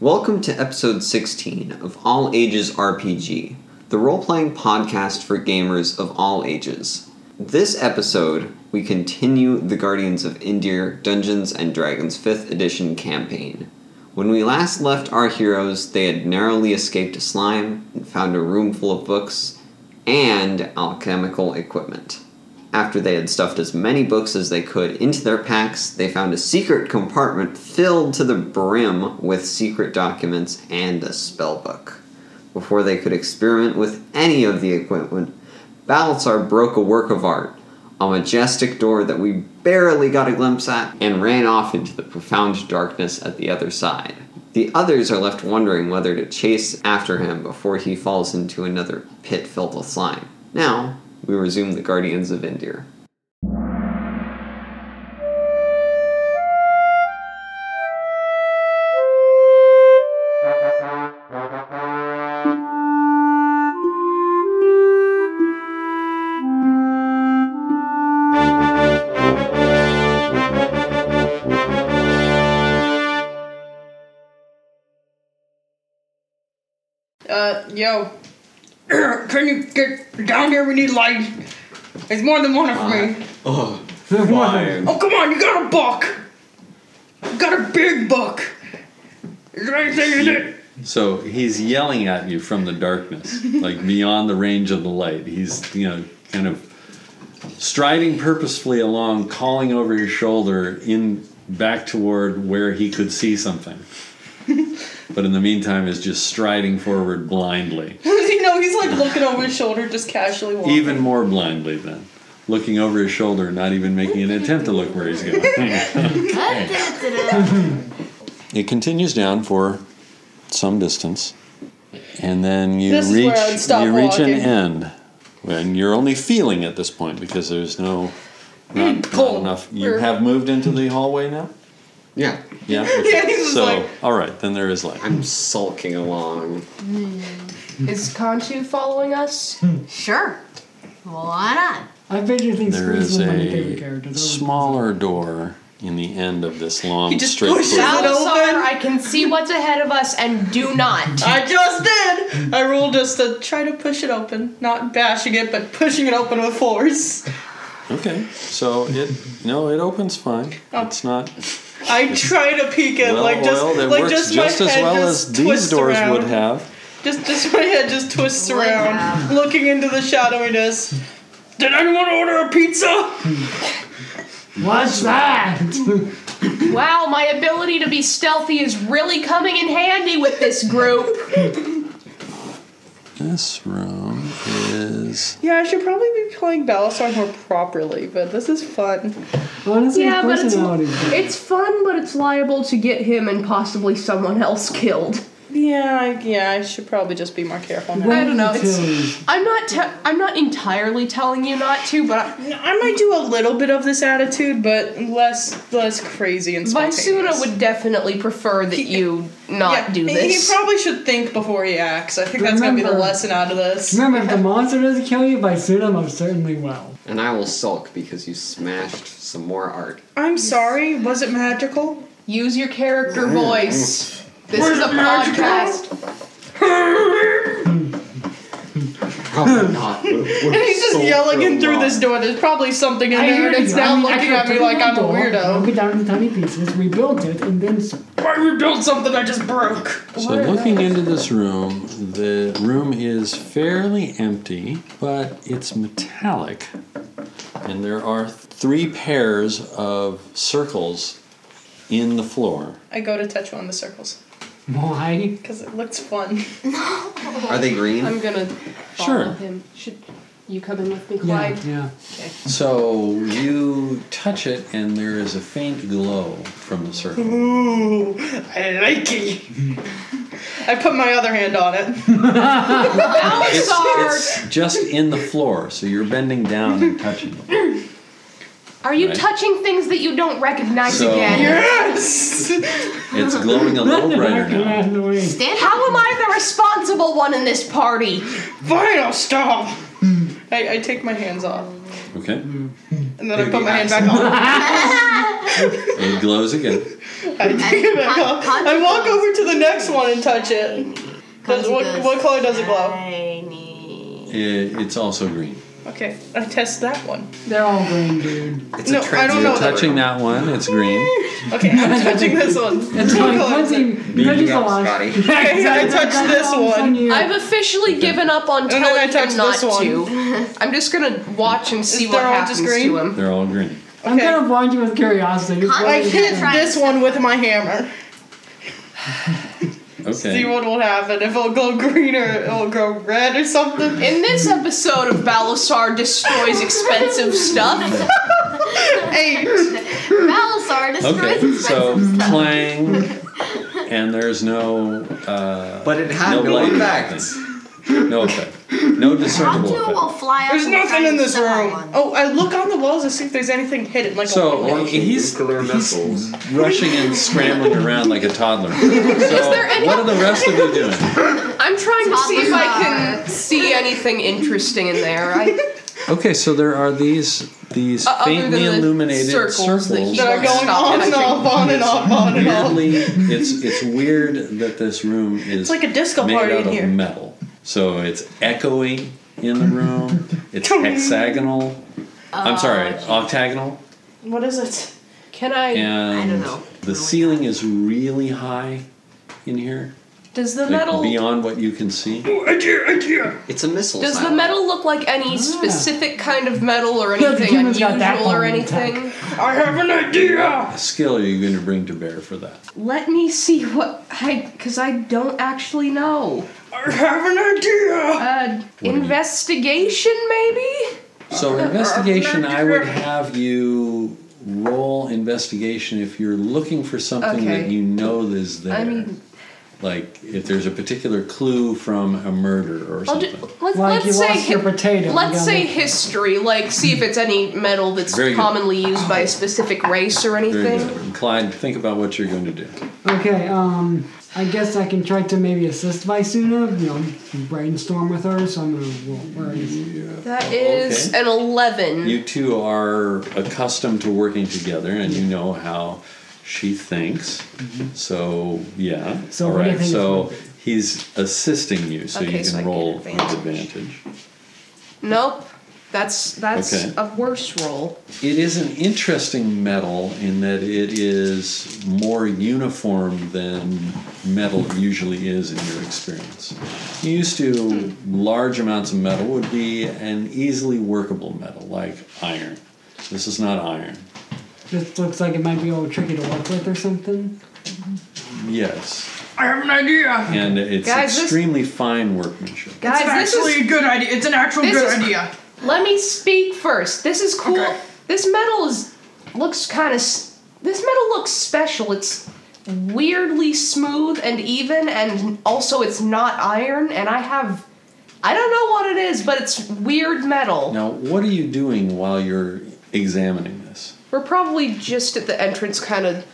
Welcome to episode 16 of All Ages RPG, the role playing podcast for gamers of all ages. This episode, we continue the Guardians of Indir Dungeons and Dragons 5th Edition campaign. When we last left our heroes, they had narrowly escaped a slime and found a room full of books and alchemical equipment. After they had stuffed as many books as they could into their packs, they found a secret compartment filled to the brim with secret documents and a spellbook. Before they could experiment with any of the equipment, Balthazar broke a work of art, a majestic door that we barely got a glimpse at, and ran off into the profound darkness at the other side. The others are left wondering whether to chase after him before he falls into another pit filled with slime. Now, we resume the Guardians of Indir. Uh, yo. Can you get down here? We need light. It's more than one of me. Fine. Oh, come on, you got a buck. You got a big buck. Is there anything in it? So he's yelling at you from the darkness, like beyond the range of the light. He's, you know, kind of striding purposefully along, calling over his shoulder in back toward where he could see something. but in the meantime is just striding forward blindly. you know, he's like looking over his shoulder, just casually walking. Even more blindly then. Looking over his shoulder, not even making an attempt to look where he's going. It continues down for some distance, and then you This is reach where I would stop you reach an walking. end, and you're only feeling at this point because there's no not, not cold. enough. You Or- have moved into the hallway now. Yeah, Yeah. okay. Yeah, he's just so like- all right, then there is light. I'm sulking along. Is Kanchu following us? Sure. Why not? I fidget things There is my favorite a characters. smaller door in the end of this He long just straight. pushes corridor. it Balthazar, open. I can see what's ahead of us and do not. I just did. I rolled just to try to push it open, not bashing it, but pushing it open with force. Okay, so it no, it opens fine. It's not I try to peek it, well Oh. like just oiled. It like works just, just, my as head well just as these twists doors around. would have. Just just my head just twists Would around, have. looking into the shadowiness. Did anyone order a pizza? What's that? Wow, my ability to be stealthy is really coming in handy with this group. This room is. Yeah, I should probably be playing Balasar more properly, but this is fun. Honestly, Yeah, but it's- personality. It's fun, but it's liable to get him and possibly someone else killed. Yeah, I- yeah, I should probably just be more careful now. I don't know, it's- Utilities. I'm not. Te- I'm not entirely telling you not to, but I- I might do a little bit of this attitude, but less less crazy and spontaneous. Vaisuna would definitely prefer that you not Yeah, do he- this. He probably should think before he acts. I think that's gonna be the Remember- lesson out of this. Remember, if the monster doesn't kill you, by Suda most certainly will. And I will sulk because you smashed some more art. I'm sorry, was it magical? Use your character voice. This is a podcast. Probably not. And he's just yelling in through this door. There's probably something in there, and it's now looking at me like I'm a Broke weirdo. it down into tiny pieces, rebuilt it, and then s- I rebuilt something I just broke. So, looking into this room, the room is fairly empty, but it's metallic. And there are three pairs of circles in the floor. I go to touch one of the circles why? because it looks fun. Are they green? I'm gonna follow Sure. him. Should you come in with me, Yeah, Clyde? yeah. So, you touch it, and there is a faint glow from the circle. Ooh, I like it. I put my other hand on it. It's just in the floor, so you're bending down and touching it. Are you Right. touching things that you don't recognize So- again? Yes. It's glowing a little brighter now. Out of the way. Stand up. How am I the responsible one in this party? Fine, I'll stop. I, I take my hands off, Okay. and then I put my hand back on. It glows again. I take it back con- off. I walk over to the next one and touch it. Does- what- what color does it glow? Shiny. It, it's also green. Okay, I test that one. They're all green, dude. It's No, a I don't know transient that. Touching that one, it's green. Okay, I'm touching this one. It's What fine. color is it? Quincy, Quincy's up, alive. Scotty. Okay, I touched this one. I've officially given up on no, telling I touched him not this one. to. I'm just gonna watch and see Is what there all just happens green? to him. They're all green. I'm Okay. kind of blind you with curiosity. It's I I really hit different. this one with my hammer. See Okay. what will happen. If it'll go green or it'll go red or something. In this episode of Balasar destroys expensive stuff, Eight. Balasar destroys Okay. expensive So stuff. playing, and there's no uh, But it had no no, blade or effect. anything. no effect, no discernible Octo will effect. fly up There's and nothing try in to this step on room. one. Oh, I look on the walls to see if there's anything hidden, like a So window. he's Nuclear missiles. rushing and scrambling around like a toddler. So there any- what are the rest of you doing? I'm trying to see if I can Balasar. see anything interesting in there. I, Okay, so there are these these Uh, other faintly than the illuminated circles that he- that are going Stop on and touching. off, on and off, on and off. Weirdly, it's it's weird that this room is It's like a disco made party out in of here. metal. So it's echoing in the room. It's hexagonal. I'm sorry, octagonal. What is it? can Uh, I? And I don't know. the Really ceiling is really high in here, Does the like metal beyond what you can see. Oh, It's a missile. does the silo. metal look like any specific kind of metal or Ah. Yeah, the anything humans got that unusual or problem in tech. anything? I have an idea. What skill are you going to bring to bear for that? Let me see what I, because I don't actually know. I have an idea. Uh, do you- investigation, maybe? So investigation, I would have you roll investigation if you're looking for something that Okay. you know is there. I mean, like if there's a particular clue from a murder or I'll something. ju- let's, Like let's you say lost your hi- potato. You Let's gotta say look- history, like see if it's any metal that's Very good. commonly used by a specific race or Very anything. good. Clyde, think about what you're going to do. Okay, um, I guess I can try to maybe assist Vaisuna, you know, brainstorm with her, so I'm gonna roll. Where is That is Okay. an eleven. You two are accustomed to working together and you know how she thinks. So, yeah. Mm-hmm. So All what do you right. think is So appropriate? he's assisting you so Okay, you can so I get roll with advantage. advantage. nope. That's that's Okay. a worse roll. It is an interesting metal in that it is more uniform than metal usually is in your experience. You used to, Hmm. large amounts of metal would be an easily workable metal, like iron. This is not iron. This looks like it might be a little tricky to work with or something. Yes. I have an idea. And it's Guys, this- extremely fine workmanship. Guys, it's this actually is a good idea. It's an actual this good is- idea. let me speak first. This is cool. Okay. This metal is looks kind of this metal looks special. It's weirdly smooth and even and also it's not iron and I have I don't know what it is, but it's weird metal. Now, what are you doing while you're examining this? We're probably just at the entrance kind of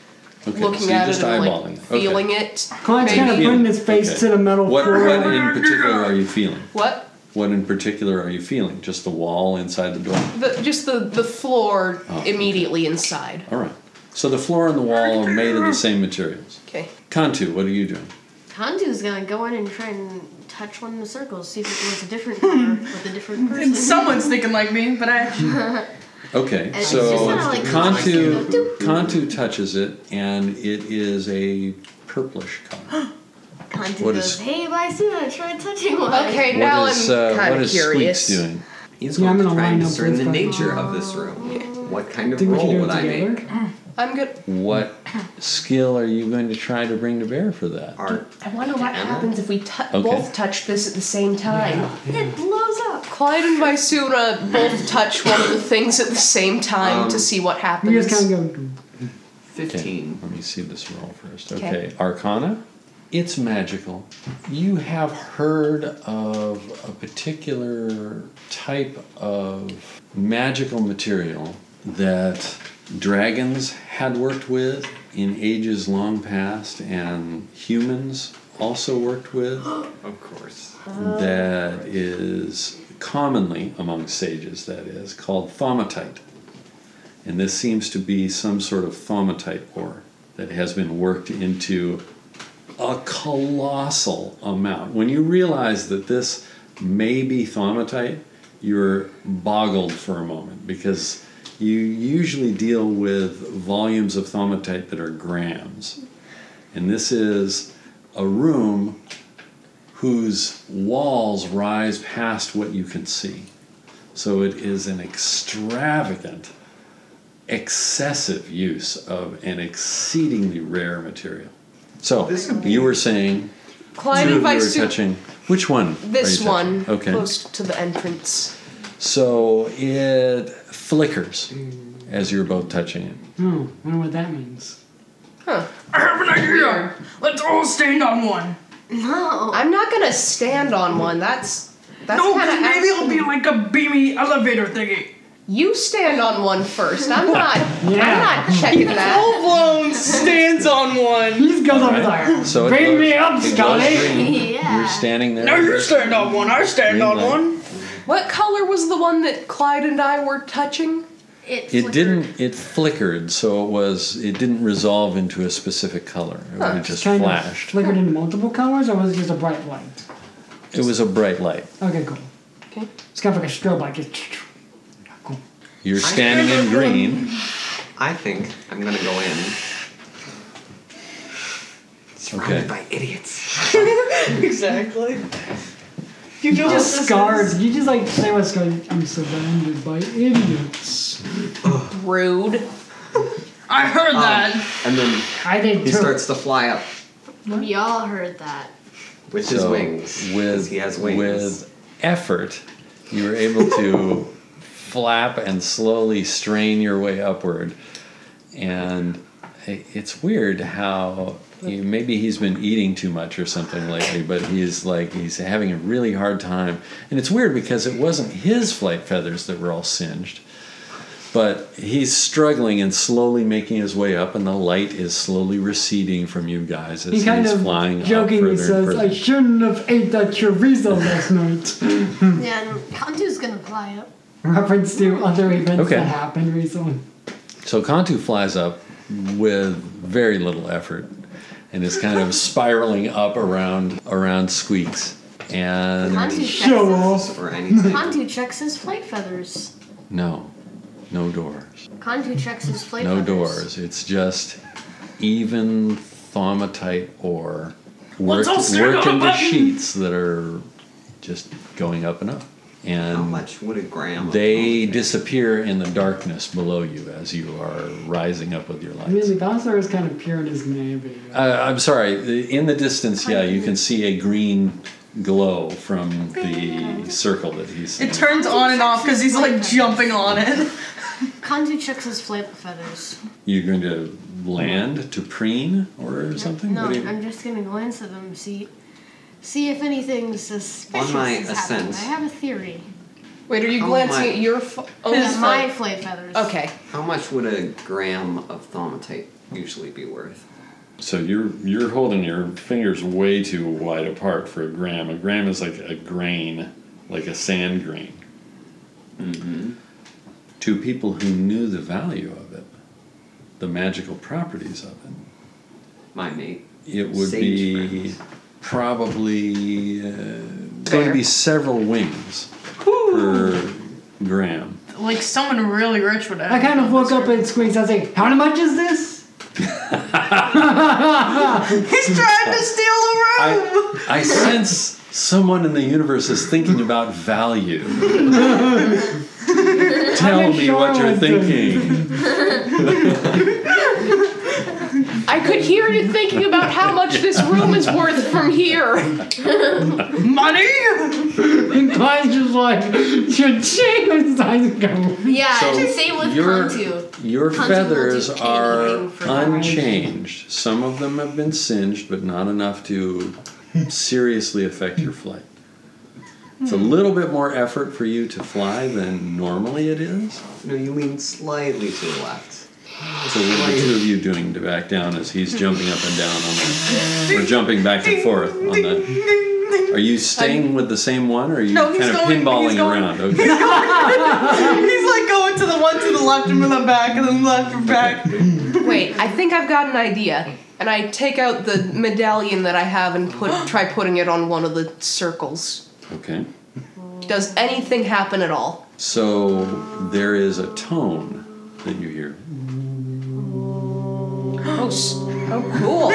Okay, looking so you're at just it and eyeballing like it. Okay. feeling it. Clint's Maybe. kind of putting his face Okay. to the metal What, floor. what in particular are you feeling? What? What in particular are you feeling? Just the wall inside the door? The, just the the floor Oh, okay. immediately inside. All right. So the floor and the wall are made of the same materials. Okay. Kantu, what are you doing? Tandu's gonna go in and try and touch one of the circles, see if it was a different color with a different person. And someone's thinking like me, but I. Okay, it's just so kinda like- Kantu, like, doop, Kantu touches it, and it is a purplish color. Tandu What goes, is- "Hey, Vaisuna, try touching one." Okay, now What is, I'm uh, kind what of is curious. Squeaks doing? He's Yeah, I'm going to gonna try and line up discern with the that. nature of this room. What kind of Think we role should do would it I make? together? I'm good. What skill are you going to try to bring to bear for that? Art. I wonder what happens if we t- Okay. both touch this at the same time. It blows up. Clyde and Vaisuna both touch one of the things at the same time Um, to see what happens. You just kind of go. Okay, Fifteen. let me see this roll first. Okay. Okay. Arcana. It's magical. You have heard of a particular type of magical material that dragons had worked with in ages long past and humans also worked with Of course. that is commonly among sages that is called thaumatite and this seems to be some sort of thaumatite ore that has been worked into a colossal amount. When you realize that this may be thaumatite, you're boggled for a moment because you usually deal with volumes of thaumatite that are grams. And this is a room whose walls rise past what you can see. So it is an extravagant, excessive use of an exceedingly rare material. So you were saying Clyde two of you were invites you. touching. Which one? are This you touching? one, Okay. close to the entrance. So it flickers as you're both touching it. Oh, I wonder what that means. I have an idea. Let's all stand on one. No. I'm not gonna stand on one. That's that's Oh. No, kind 'cause of maybe it'll be like a beamy elevator thingy. You stand on one first. I'm not. Yeah. I'm not checking that. Full blown stands on one. He goes over Right? there. So it Bring goes- me up, it goes Scotty. green. Yeah. You're standing there. Now you stand on one. I stand Green on light. one. What color was the one that Clyde and I were touching? It, It flickered. didn't. It flickered, so it was. It didn't resolve into a specific color. It Huh. just Oh, Kind flashed. of flickered in multiple colors, or was it just a bright light? It was a bright light. Okay, cool. Okay. It's kind of like a strobe light. Just cool. You're standing in green. I think I'm gonna go in. Surrounded Okay. by idiots. Exactly. You know what Just this scarred. is? You just like say what's going. I'm surrounded by idiots. Rude. I heard Oh. that. And then I did he too. starts to fly up We all heard that. with his So wings. 'cause With he has wings. with effort, you were able to flap and slowly strain your way upward. And i- it's weird how you, maybe he's been eating too much or something lately, but he's like he's having a really hard time. And it's weird because it wasn't his flight feathers that were all singed. But he's struggling and slowly making his way up, and the light is slowly receding from you guys as he kind he's of flying up further jokingly and says, further. "I shouldn't have ate that chorizo last night." Yeah, and Kantu's gonna fly up. Reference to other events Okay. that happened recently. So Kantu flies up with very little effort and is kind of spiraling up around around squeaks. And Kantu checks, Show his, off. or anything. Kantu checks his flight feathers. no, no doors, Kantu checks his flight no feathers. doors. It's just even thaumatite ore What's worked, all staring worked on a into button? sheets that are just going up and up. And How much would a gram? they disappear in the darkness below you as you are rising up with your lights. I mean, the dinosaur is kind of pure in his navy. Uh, I'm sorry. In the distance, yeah, you can see a green glow from the circle that he's. It turns on and off because he's like jumping on it. Kantu checks his flight feathers. You're going to land to preen or something. No, What do you- I'm just gonna glance at them, see, see if anything suspicious On my is happening. ascent. I have a theory. Wait, are you Oh glancing my. at your? Fo- oh, His Yeah, my. my flight feathers. Okay. How much would a gram of thaumatite usually be worth? so you're you're holding your fingers way too wide apart for a gram. A gram is like a grain, like a sand grain. To people who knew the value of it, the magical properties of it, My mate. it would Sage be friends. probably uh, going to be several wings per gram. Like someone really rich would I have. kind of woke up and squeaks. I was like, "How much is this?" He's trying to steal the room. I, I sense someone in the universe is thinking about value. Tell me what you're thinking. I could hear you thinking about how much this room is worth from here. Money? And Clyde's just like, "Cha-ching!" and his eyes go. Hmm. Yeah, So same with your, Kantu. your Kantu will feathers do are anything for value. unchanged. Some of them have been singed, but not enough to seriously affect your flight. It's a little bit more effort for you to fly than normally it is. No, you lean slightly to the left. So what are the two of you doing to back down as he's jumping up and down on the or jumping back and forth on the Are you staying with the same one or are you No, he's kind of going- pinballing he's going- around? Okay. He's like going to the one to the left and the back and then left and back. Wait, I think I've got an idea. And I take out the medallion that I have and put try putting it on one of the circles. Okay. Does anything happen at all? So there is a tone that you hear. Oh, s- oh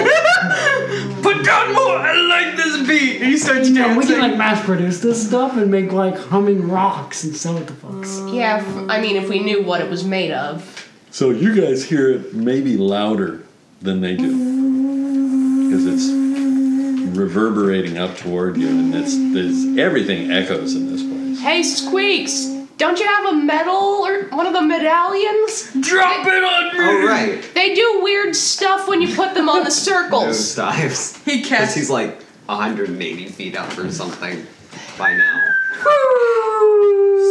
Put down more. I like this beat. And he starts Yeah, we dancing. can like mass produce this stuff and make like humming rocks and sell it to folks. cool. Yeah, if, I mean, if we knew what it was made of. So you guys hear it maybe louder than they do because it's reverberating up toward you, and it's, it's everything echoes in this place. Hey, Squeaks! Don't you have a medal or one of the medallions? Drop it on me. All Oh, right. They do weird stuff when you put them on the Nose circles. dives. He Because casts. he's like 180 feet up or something by now.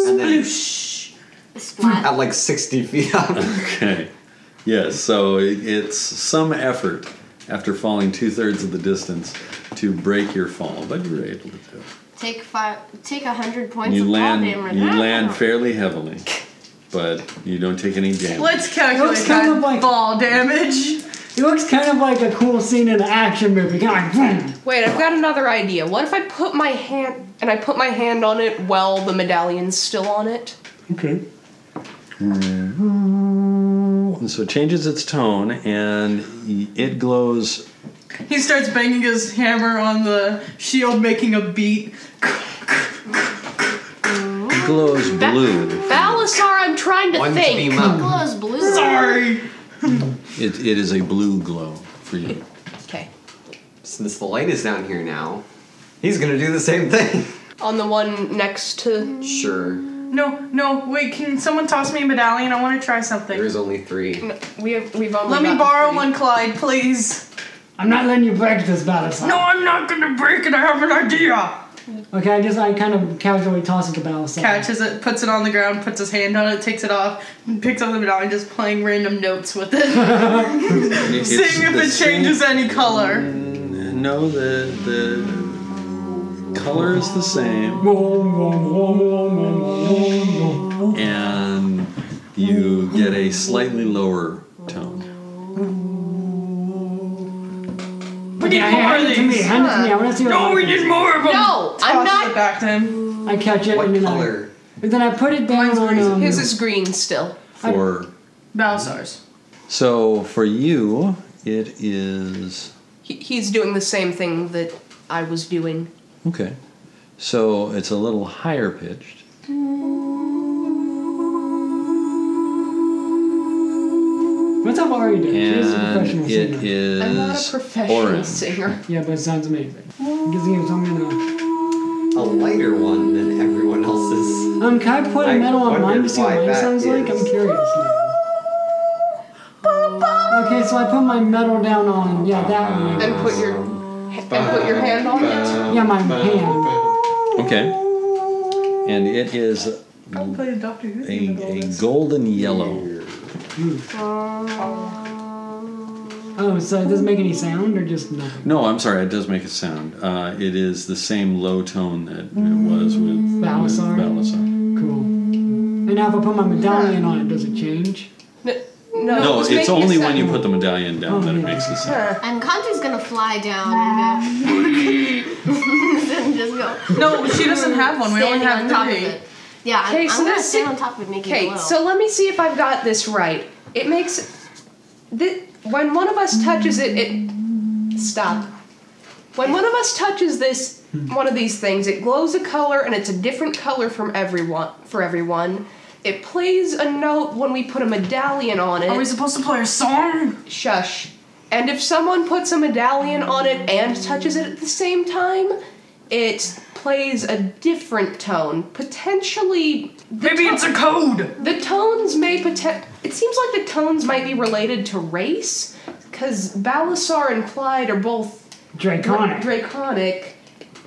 And then Splat. at like 60 feet up. Okay. Yes. So it, it's some effort after falling two thirds of the distance to break your fall, but you were able to do it. Take five. Take a hundred points you of land. fall damage. You Ah. land fairly heavily, but you don't take any damage. Let's calculate Looks kind that of like- ball damage. It looks kind of like a cool scene in an action movie. Kind of like, boom. Wait, I've got another idea. What if I put my hand and I put my hand on it while the medallion's still on it? Okay. And so it changes its tone, and y- it glows. He starts banging his hammer on the shield, making a beat. It glows blue. Balasar, I'm trying to One think. beam up. Glows blue. Sorry. It, it is a blue glow for you. Okay. Since the light is down here now, he's gonna do the same thing. On the one next to. Sure. No, no, wait, can someone toss me a medallion? I want to try something. There's only three. No, we have, we've only. Let me gotten borrow three. one, Clyde, please. I'm not letting you break this Battlestar. No, I'm not gonna break it. I have an idea. Okay, I just I kind of casually toss it to Battlestar. Catches it, puts it on the ground, puts his hand on it, takes it off, picks up the medallion, just playing random notes with it, It's seeing if the it changes any color. Same, no, the the color is the same, and you get a slightly lower tone. We need more Hand of it to me. these. Hand it to me. I want to see what No, it we is. need more of them. No, Tosses I'm not- It back to him. I catch it What and then color? I, and then I put it down Mine's on green. um, His is green still. For Balsars. so for you, it is He, he's doing the same thing that I was doing. okay. So it's a little higher pitched. What's up, Ari? doing? She's a and professional it singer. is I'm not a professional orange. singer. Yeah, but it sounds amazing. Gives me something to. A lighter one than everyone else's. Um, can I put I a medal on mine wondered to see what why mine that sounds like? is. I'm curious now. Okay, so I put my medal down on yeah that one. Uh, And put your Um, and put your hand on uh, it. Yeah, my uh, hand. Okay. And it is a, I'll play a Doctor Who theme with all a this. golden yellow. Oh, so it doesn't make any sound or just nothing. No, I'm sorry, it does make a sound. Uh, it is the same low tone that it was with uh, Balasar? With Balasar. Cool. And now if I put my medallion on it, does it change? N- No, it No, was it's making a only when sound. you put the medallion down Oh, that it yeah. makes the sound. And Kante's gonna fly down and go. and just go. No, she doesn't have one. We only standing have on top of three. it. Yeah, I'm, Okay, I'm so gonna let's stand see- on top of it, make it Okay, glow. so let me see if I've got this right. It makes th- when one of us touches it, it stop. When one of us touches this one of these things, it glows a color and it's a different color from everyone for everyone. It plays a note when we put a medallion on Are it. we supposed to play a song? Shush. And if someone puts a medallion on it and touches it at the same time, it plays a different tone, potentially Maybe it's a code. the tones may poten- It seems like the tones might be related to race, because Balasar and Clyde are both Draconic. draconic,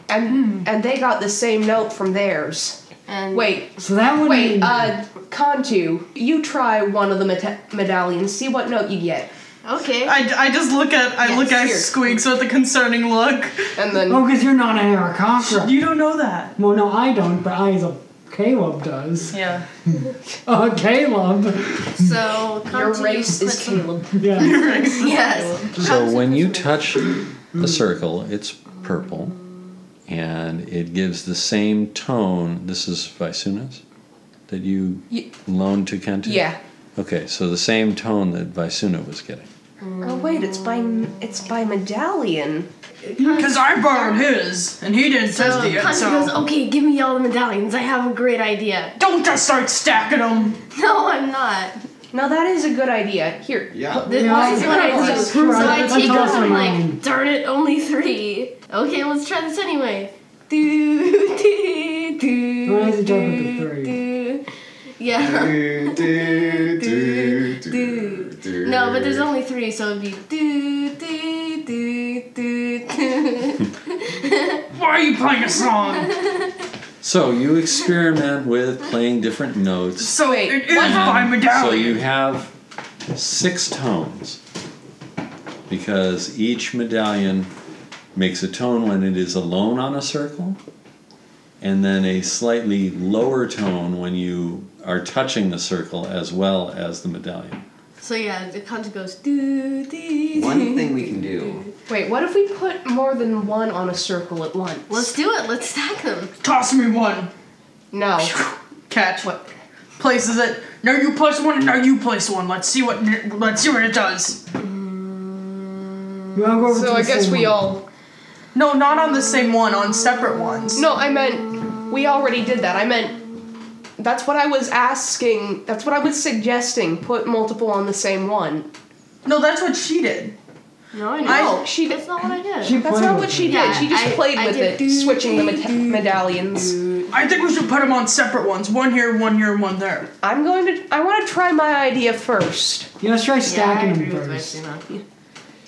and and they got the same note from theirs. and Wait, So that would wait, mean- uh, Kantu, you try one of the meta- medallions, see what note you get, Okay. I, I just look at I Yes, look at here. Squeaks with a concerning look. and then Oh, because you're not a Aracocra. You don't know that. Well, no, I don't, but I is a Caleb does. Yeah. Uh, Caleb. So Your Conti race put is some- Caleb. Yeah. Yes. So Conti when put you some- touch a circle, it's purple, and it gives the same tone. This is Visuna's that you Ye- loaned to Kentu. Yeah. Okay, so the same tone that Visuna was getting. Oh wait, it's by it's by medallion. Because I borrowed his, and he didn't So test it yet, Conti goes, so. okay, give me all the medallions. I have a great idea. Don't just start stacking them! No, I'm not. Now that is a good idea. Here. Yeah. This Yeah, is I- what I I do. just So tried I to take toss off. I'm them like, on. darn it, only three. Okay, let's try this anyway. Do, do, do, Why does it jump up to do, three? do. Yeah. No, but there's only three, so it'd be do, do, do, do, do. Why are you playing a song? So you experiment with playing different notes. So Wait, it is what by So medallion. you have six tones because each medallion makes a tone when it is alone on a circle, and then a slightly lower tone when you are touching the circle as well as the medallion. So yeah, the content goes do, do, One do. thing we can do. Wait, what if we put more than one on a circle at once? Let's do it. Let's stack them. Toss me one. no. Catch. What? Places it. No, you place one. No, you place one. Let's see what. Let's see what it does. You wanna go over to So the I guess same We one? all. No, not on the same one. On separate ones. No, I meant we already did that. I meant that's what I was asking. That's what I was suggesting. Put multiple on the same one. No, that's what she did. No, I know. No, she That's did. not what I did. She That's played not with what she it. did. She just Yeah, I- played I with did it, do- switching the meda- medallions. I think we should put them on separate ones. One here, one here, one there. I'm going to. I want to try my idea first. Yeah, let's try yeah, I stacking agree them with first. Vecina. Okay,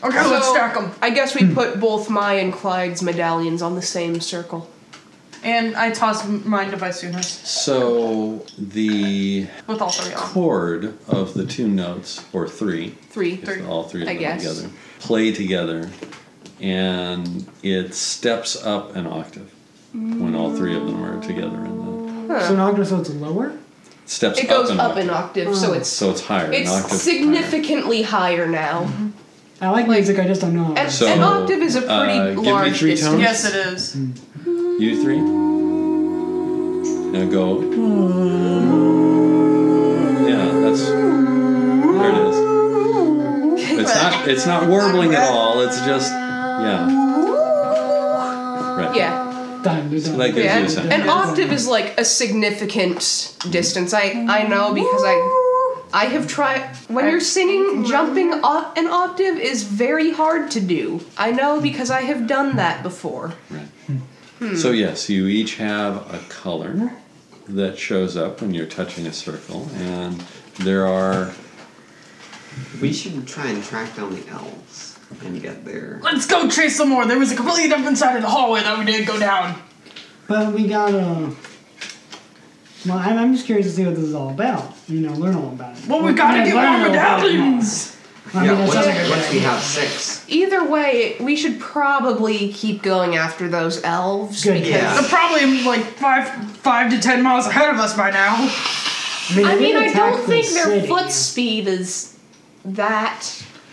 Oh, So- let's stack them. I guess we put both my and Clyde's medallions on the same circle. And I toss mine to Visunas So the with all three on. chord of the two notes, or three, Three. if all three of I them guess. together, play together, and it steps up an octave when all three of them are together in Huh. So now so it's lower? the steps It goes up an up octave. an octave, so Oh. Mm. it's So it's higher. it's an octave significantly higher, now. I like, music, I just don't know. how it And- is. So, an octave is a pretty uh, give me large three distance. tones. Yes, it is. higher. You three. Now go. Yeah, that's there it is. It's not it's not warbling at all. It's just yeah. Right. Yeah, Done, done. Like done. it- yeah. you sound. An octave is like a significant distance. I I know because I I have tried when you're singing jumping o- an octave is very hard to do. I know because I have done that before. Right. So yes, you each have a color that shows up when you're touching a circle, and there are We should try and track down the elves and get there. Let's go chase some more. There was a completely different side of the hallway that we didn't go down. But we got a. Well, I'm, I'm just curious to see what this is all about. You know, learn all about it. Well, we What gotta can I get learn more about it? medallions. I mean, Yeah, that's once, not a good once we idea. have six. Either way, we should probably keep going after those elves Good, because yeah. They're probably like five, five to ten miles ahead of us by now. I they mean, I attack don't the think their city. foot speed is that.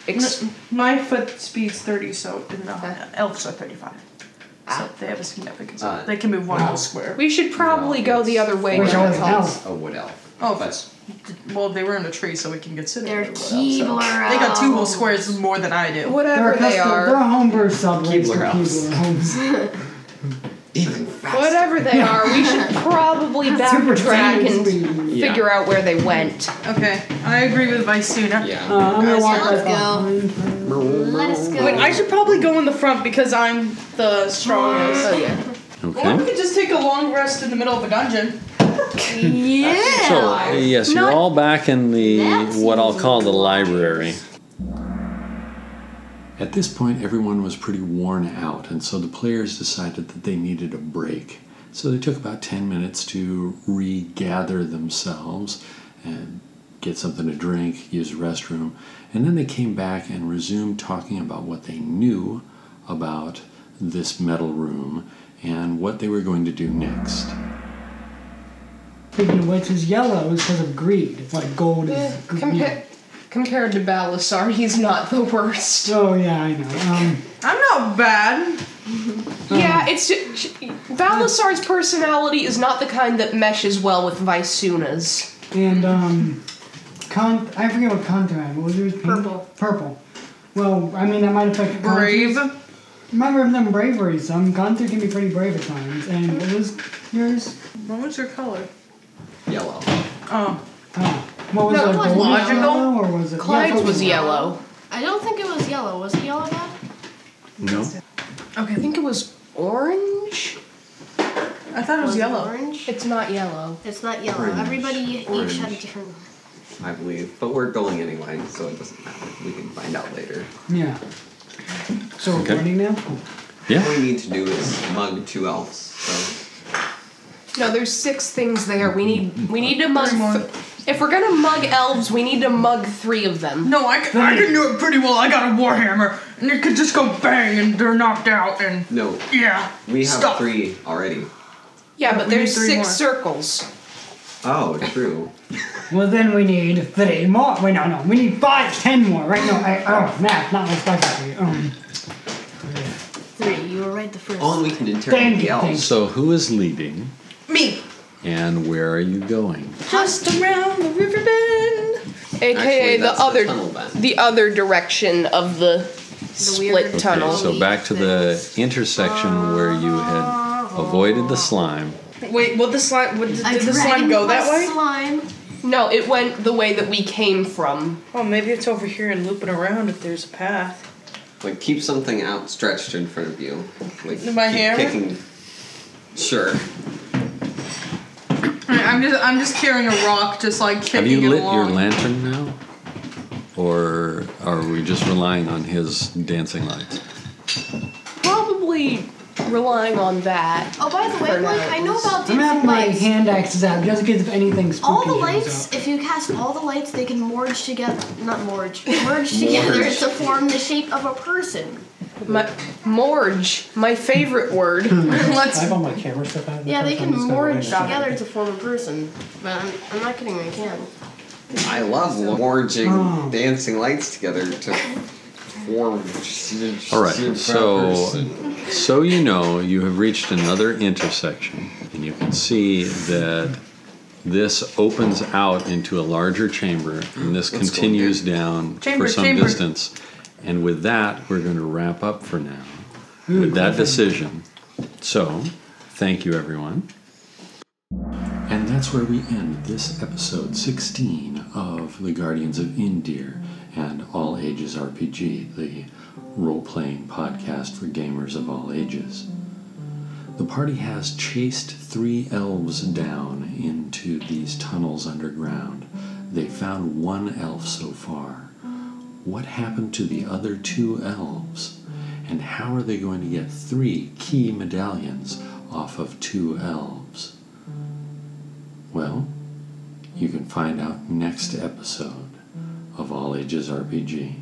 Ex- My foot speed's thirty, so and Okay. the elves are thirty-five. So Ah. they have a significance. Uh, they can move one whole square. we should probably No, go the it's other way. four Which I was elves, elf. A wood elf. Oh, but Well, they were in a tree, so we can consider. They're them without- so- Keebler They got two whole squares more than I do. Whatever They're, they custom, are. they're homebrew sub race for Keebler elves. Keebler elves. even faster. Whatever they are, we should probably Super backtrack tiny and speed. Yeah. figure out where they went. Okay, I agree with Visuna. Yeah. Uh, I'm gonna Guys, walk let's right behind her. Let us go. Wait, I should probably go in the front because I'm the strongest. Oh yeah. Or we okay. could just take a long rest in the middle of a dungeon. Yeah. So uh, yes, you're all back in the That what I'll seems call the library. At this point, everyone was pretty worn out, and so the players decided that they needed a break. So they took about 10 minutes to regather themselves and get something to drink, use the restroom, and then they came back and resumed talking about what they knew about this metal room and what they were going to do next. Speaking of which, his yellow is because of greed. It's like gold is. Eh, gr- compa- compared to Balasar, he's not the worst. Oh yeah, I know. Um, I'm not bad. Yeah, it's just, Balasar's personality is not the kind that meshes well with Visuna's. and um, con I forget what contour I am. What was yours? Pink? Purple. Purple. Well, I mean that might affect Kanto. Brave. Remember them bravery. Some contour can be pretty brave at times. And what was yours? What was your color? Yellow. Oh. Oh, what was No, it? it was golden logical. yellow, or was it? Clyde's yeah, was yellow. I don't think it was yellow. Was it yellow, Dad? No. I think it was orange. I thought it was, it yellow. Orange. It's not yellow. It's not yellow. Orange. Everybody each had a Orange. different one. I believe, but we're going anyway, so it doesn't matter. We can find out later. Yeah. So we're Okay. running now. All Yeah. we need to do is mug two elves. So No, there's six things there. We need we need to mug. if we're gonna mug elves, we need to mug three of them. No, I, c- I can do it pretty well. I got a warhammer, and it could just go bang, and they're knocked out, and no, yeah. we have Stop. three already. Yeah, but we need there's three six more. circles. Oh, true. Well, then we need three more. Wait, no, no. We need five, ten more. Right? No, I, oh, math, not my specialty. Um, Three. You were right the first. All we can interrogate Thank the you, thank elves. So who is leading Me. and where are you going? Just around the river bend. AKA Actually, the that's the other tunnel bend. the other direction of the, split weird- tunnel. Okay, so back to the intersection where you had avoided the slime. Wait, what the slime? What, did I did the slime dragged go that my way? Slime. No, it went the way that we came from. Oh, maybe it's over here and looping around if there's a path. Like keep something outstretched in front of you. Like My keep hammer? Kicking. Sure. I'm just I'm just carrying a rock, just like kicking Have you it lit your along. lantern now? Or are we just relying on his dancing lights? Probably relying on that. Oh, by the way, For like I know nose. about I'm gonna have dancing my lights. hand axes out just in case if anything spooky All the shows lights, up. if you cast all the lights, they can merge together. Not merge. Merge together Merge. to form the shape of a person. My, morge, my favorite word. Let's. I have all my camera stuff out. Yeah, they I'm can just gonna wait a merge second. together to form a person. But I'm, I'm not kidding, they can. I love forging Oh. dancing lights together to form. All right, so so you know you have reached another intersection, and you can see that this opens out into a larger chamber, and Let's this go continues down Chamber, for some chamber. distance. And with that, we're going to wrap up for now with that decision. So, thank you, everyone. And that's where we end this episode 16 of The Guardians of Indir and All Ages RPG, the role playing podcast for gamers of all ages. The party has chased three elves down into these tunnels underground. They found one elf so far. What happened to the other two elves? And how are they going to get three key medallions off of two elves? Well, you can find out next episode of All Ages RPG.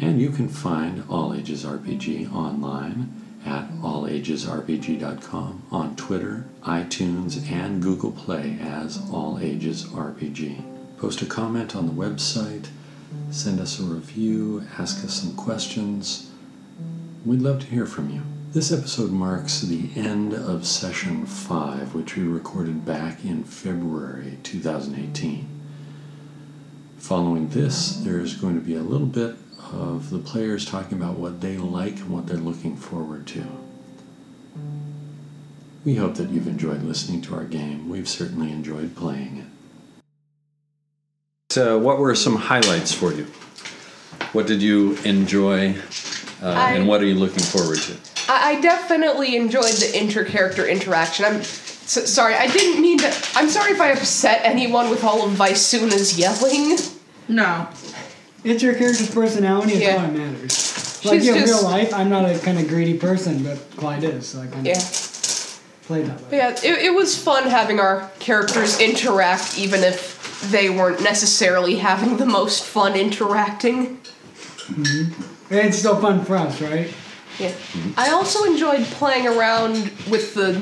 And you can find All Ages RPG online at allagesrpg.com, on Twitter, iTunes, and Google Play as All Ages RPG. Post a comment on the website, send us a review, ask us some questions. We'd love to hear from you. This episode marks the end of session five, which we recorded back in February 2018. Following this, there's going to be a little bit of the players talking about what they like and what they're looking forward to. We hope that you've enjoyed listening to our game. We've certainly enjoyed playing it. So, what were some highlights for you? What did you enjoy uh, I- and what are you looking forward to? I, I definitely enjoyed the inter-character interaction. I'm so, sorry, I didn't mean to. I'm sorry if I upset anyone with all of Visuna's yelling. No. It's your character's personality. It's Yeah. all that matters. Like She's in just- real life, I'm not a kind of greedy person, but Clyde is. So I kind of Yeah. play that way. But yeah, it, it was fun having our characters interact, even if they weren't necessarily having the most fun interacting. And it's still fun for us, right? Yeah. I also enjoyed playing around with the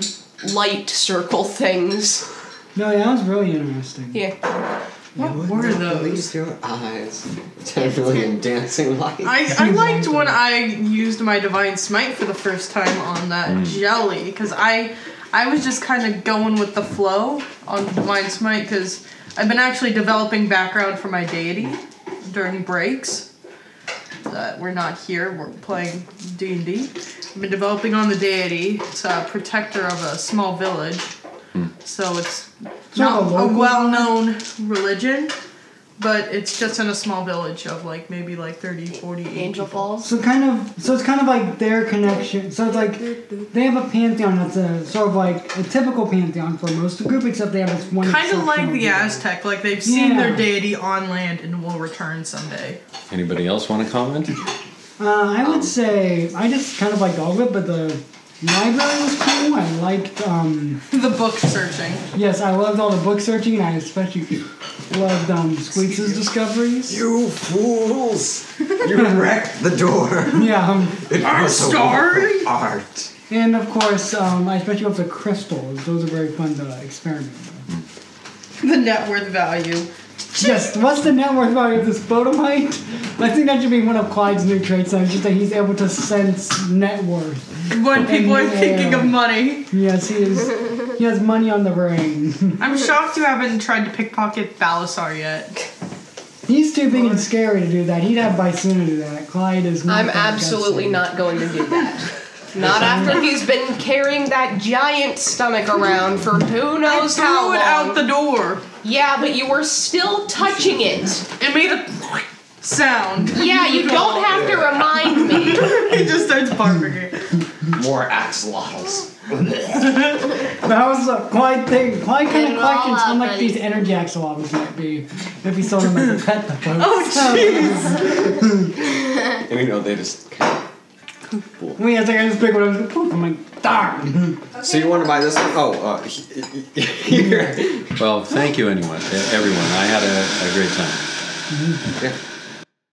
light circle things. No, that was really interesting. Yeah. What were those? Release your eyes. Ten million dancing lights. I, I liked when I used my divine smite for the first time on that jelly because I I was just kind of going with the flow on divine smite because I've been actually developing background for my deity during breaks that we're not here we're playing D and D. I've been developing on the deity. It's a protector of a small village, so it's not not a a local well-known religion. But it's just in a small village of like maybe like 30, 40 Angel people. Falls. So kind of, so it's kind of like their connection. So it's like they have a pantheon that's a sort of like a typical pantheon for most of the group, except they have this one. Kind of like exceptional the one. Aztec, like they've seen Yeah. their deity on land and will return someday. Anybody else want to comment? Uh, I would say I just kind of liked all of it, but the library was cool. I liked. um... the book searching. Yes, I loved all the book searching, and I especially loved um Squeaks' discoveries. You fools! You wrecked the door. Yeah, um, It I'm was a work sorry. of Art. and of course, um, I especially loved the crystals. Those are very fun to experiment with. The net worth value. Yes, what's the net worth value of this photomite? I think that should be one of Clyde's new traits, though, just that he's able to sense net worth. When people are Yeah. thinking of money. Yes, he is. He has money on the brain. I'm shocked you haven't tried to pickpocket Balasar yet. He's too big and scary to do that. He'd have Bysuna do that. Clyde is not. I'm that absolutely gutsy. not going to do that. Not after he's been carrying that giant stomach around for who knows Threw how long. it out the door. yeah, but you were still touching it. It made a sound. Yeah, you don't have to remind me. He just starts barking it. More axolotls. That was a Clyde thing. Clyde kind And of Clyde can roll sound up, like these buddy. energy axolotls might be if he sold them as a pet. The folks. Oh. And you know, they just. I mean, I think I just picked what I was gonna poof. I'm like, darn. So you want to buy this one? Oh, uh, here. e-, Well, thank you anyway, everyone. I had a, a great time. Yeah.